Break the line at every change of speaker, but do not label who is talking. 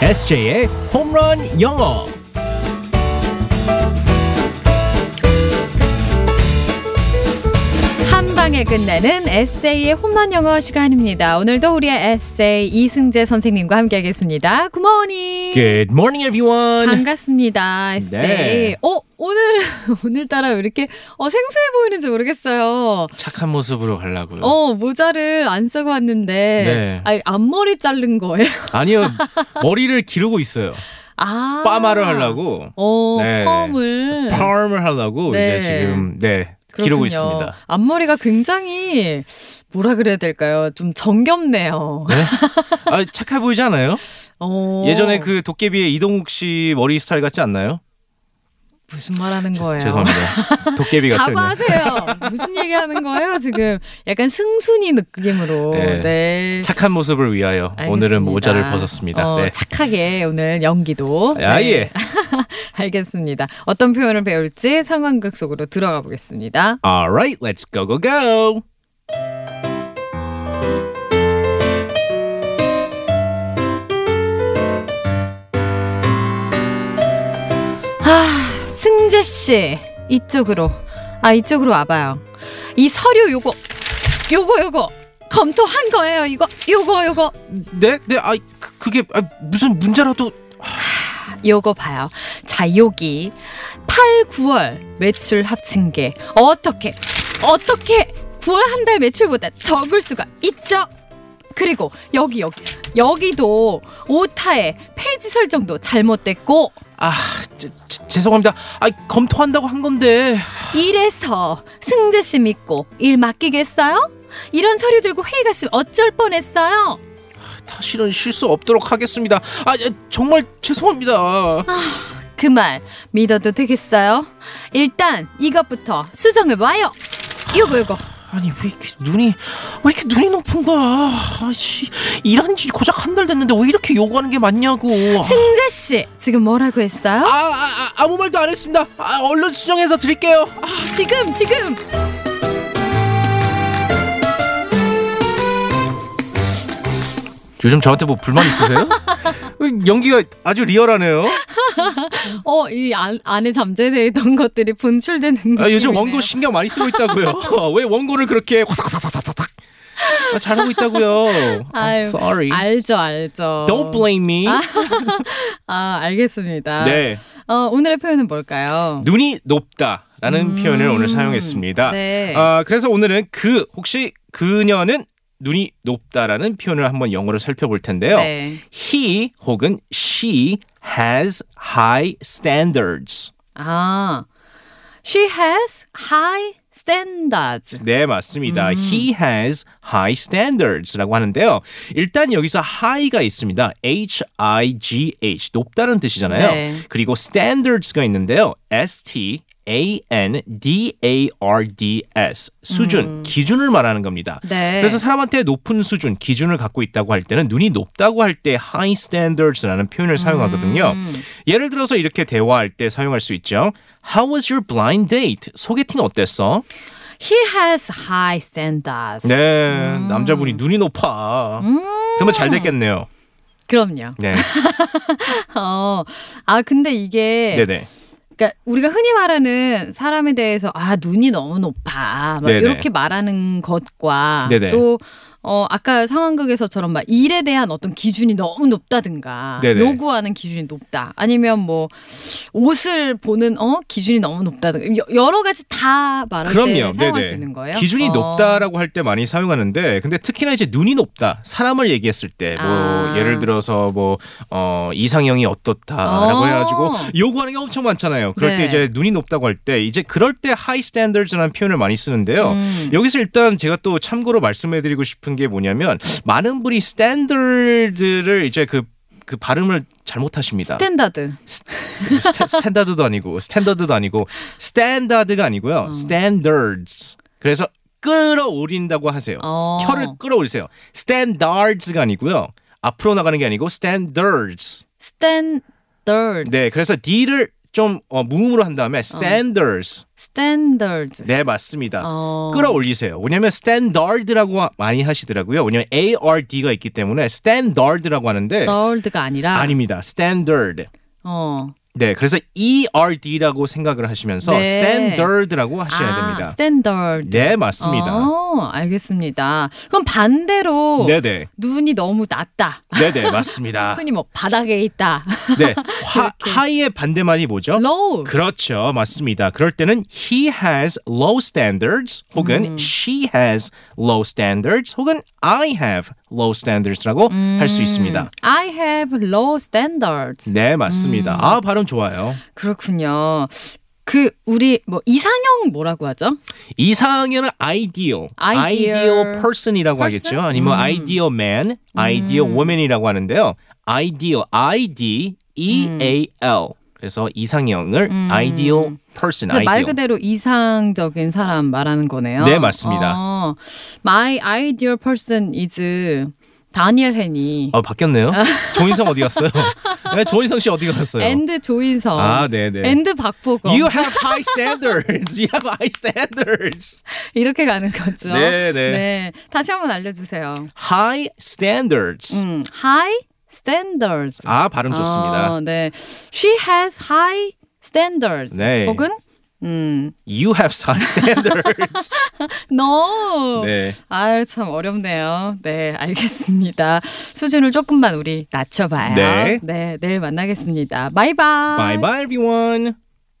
SJ의 홈런 영어.
한 방에 끝내는 에세이의 홈런 영어 시간입니다. 오늘도 우리의 에세이 이승재 선생님과 함께하겠습니다. 굿모닝.
Good morning, everyone.
반갑습니다. 에세이.
네.
어 오늘 오늘따라 왜 이렇게 어, 생소해 보이는지 모르겠어요.
착한 모습으로 가려고요.
어 모자를 안 쓰고 왔는데
네.
아니, 앞머리 자른 거예요.
아니요, 머리를 기르고 있어요.
아
파마를 하려고,
어
네.
펌을.
펌을 하려고
네.
이제 지금 네
그렇군요.
기르고 있습니다.
앞머리가 굉장히 뭐라 그래야 될까요? 좀 정겹네요.
아, 착해 보이지 않아요?
어.
예전에 그 도깨비의 이동욱 씨 머리 스타일 같지 않나요?
무슨 말하는
죄-
거예요?
죄송합니다. 도깨비 같은.
사과하세요. 무슨 얘기하는 거예요? 지금 약간 승순이 느낌으로.
네.
네.
착한 모습을 위하여 오늘은
알겠습니다.
모자를 벗었습니다.
어,
네.
착하게 오늘 연기도.
아
네,
예.
알겠습니다. 어떤 표현을 배울지 상황극 속으로 들어가 보겠습니다.
Alright, let's go go go.
아, 승재 씨 이쪽으로. 아 이쪽으로 와봐요. 이 서류 요거, 요거 요거 검토한 거예요. 이거 요거 요거
네, 네, 아 그- 그게 아, 무슨 문제라도
요거 봐요. 자, 여기 8, 9월 매출 합친 게 어떻게 어떻게 9월 한 달 매출보다 적을 수가 있죠? 그리고 여기 여기 여기도 오타에 페이지 설정도 잘못됐고
아 제, 제- 죄송합니다. 아 검토한다고 한 건데
이래서 승재 씨 믿고 일 맡기겠어요? 이런 서류 들고 회의 갔으면 어쩔 뻔했어요.
다시는 실수 없도록 하겠습니다. 아 예, 정말 죄송합니다.
그 말 믿어도 되겠어요? 일단 이것부터 수정해 봐요. 요거 요거
아니 왜 이렇게 눈이 왜 이렇게 눈이 높은 거야? 아씨 일한 지 고작 한 달 됐는데 왜 이렇게 요구하는 게 맞냐고.
승재 씨 지금 뭐라고 했어요?
아, 아, 아, 아무 말도 안 했습니다. 아, 얼른 수정해서 드릴게요.
아, 지금 지금
요즘 저한테 뭐 불만 있으세요? 연기가 아주 리얼하네요.
어 이 안에 잠재되어 있던 것들이 분출되는 느낌이네요.
아, 요즘 원고 신경 많이 쓰고 있다고요. 왜 원고를 그렇게 화닥닥닥닥닥 아, 잘하고 있다고요.
아유,
I'm sorry.
알죠 알죠.
Don't blame me.
아 알겠습니다.
네,
어 오늘의 표현은 뭘까요?
눈이 높다라는
음,
표현을 오늘 사용했습니다.
네.
아, 그래서 오늘은 그 혹시 그녀는 눈이 높다라는 표현을 한번 영어로 살펴볼 텐데요.
네.
He 혹은 she has high standards.
아 she has high standards.
네, 맞습니다.
음.
He has high standards라고 하는데요. 일단 여기서 high가 있습니다. H I G H 높다는 뜻이잖아요.
네.
그리고 standards가 있는데요. S T A N D A R D S 수준, 기준을 말하는 겁니다.
음. 네.
그래서 사람한테 높은 수준, 기준을 갖고 있다고 할 때는 눈이 높다고 할 때 high standards라는 표현을 사용하거든요.
음.
예를 들어서 이렇게 대화할 때 사용할 수 있죠. How was your blind date? 소개팅 어땠어?
he has high standards.
네,
음.
남자분이 눈이 높아. 그러면 잘 됐겠네요.
그럼요.
네,
어. 아 근데 이게
네, 네.
그러니까 우리가 흔히 말하는 사람에 대해서 아 눈이 너무 높아 막
네네.
이렇게 말하는 것과
네네.
또 어, 아까 상황극에서처럼 막 일에 대한 어떤 기준이 너무 높다든가
네네.
요구하는 기준이 높다 아니면 뭐 옷을 보는 어 기준이 너무 높다든가 여- 여러 가지 다 말할
그럼요.
때 사용할
네네.
수 있는 거예요.
기준이
어.
높다라고 할 때 많이 사용하는데, 근데 특히나 이제 눈이 높다 사람을 얘기했을 때, 뭐
아.
예를 들어서 뭐 어, 이상형이 어떻다라고
어.
해가지고 요구하는 게 엄청 많잖아요. 그럴
네.
때 이제 눈이 높다고 할 때, 이제 그럴 때 high standards라는 표현을 많이 쓰는데요.
음.
여기서 일단 제가 또 참고로 말씀해드리고 싶은 게 뭐냐면 많은 분이 스탠더드를 이제 그, 그 발음을 잘못하십니다.
스탠다드.
스- 스탠- 스탠다드도 아니고 스탠다드도 아니고 스탠다드가 아니고요.
어.
standards. 그래서 끌어올린다고 하세요.
어.
혀를 끌어올리세요. standards가 아니고요. 앞으로 나가는 게 아니고 standards.
스탠더드.
그
어.
네, 그래서 d를 좀 어, 무음으로 한 다음에 standards.
스탠더드.
네, 맞습니다.
어.
끌어올리세요. 왜냐면 standard라고 많이 하시더라고요. 왜냐면 ARD가 있기 때문에 standard라고 하는데
더월드가 아니라
아닙니다. standard.
어.
네, 그래서 ERD라고 생각을 하시면서
네.
standard라고 하셔야
아,
됩니다.
스탠더드.
네, 맞습니다.
어, 알겠습니다. 그럼 반대로
네, 네.
눈이 너무 낮다.
네, 네, 맞습니다.
흔히 뭐 바닥에 있다.
네. 화, 하이의 반대말이 뭐죠?
low.
어, 그렇죠. 맞습니다. 그럴 때는 he has low standards 혹은
음.
she has low standards 혹은 I have low standards라고 할
음.
수 있습니다.
I have low standards.
네, 맞습니다. 아, 발음 좋아요.
그렇군요. 그 우리 뭐 이상형 뭐라고 하죠?
이상형은 ideal,
Ideal
person이라고
person?
하겠죠. 아니면
음.
ideal man, ideal woman이라고 하는데요. ideal, I D E A L. 그래서 이상형을 ideal person,
이제 음. 말
ideal.
그대로 이상적인 사람 말하는 거네요.
네, 맞습니다.
어, my ideal person is 다니엘 헤니
아 바뀌었네요. 조인성 어디 갔어요? 네, 조인성 씨 어디 갔어요?
and 조인성
아, 네, 네.
and 박보검
You have high standards. You have high standards.
이렇게 가는 거죠.
네, 네.
네, 다시 한번 알려주세요.
High standards.
음, high standards.
아 발음 좋습니다.
어, 네, she has high standards.
네.
혹은 음,
You have high standards.
no.
네.
아유 참 어렵네요. 네, 알겠습니다. 수준을 조금만 우리 낮춰봐요.
네.
내일 만나겠습니다. 바이바이.
Bye bye everyone.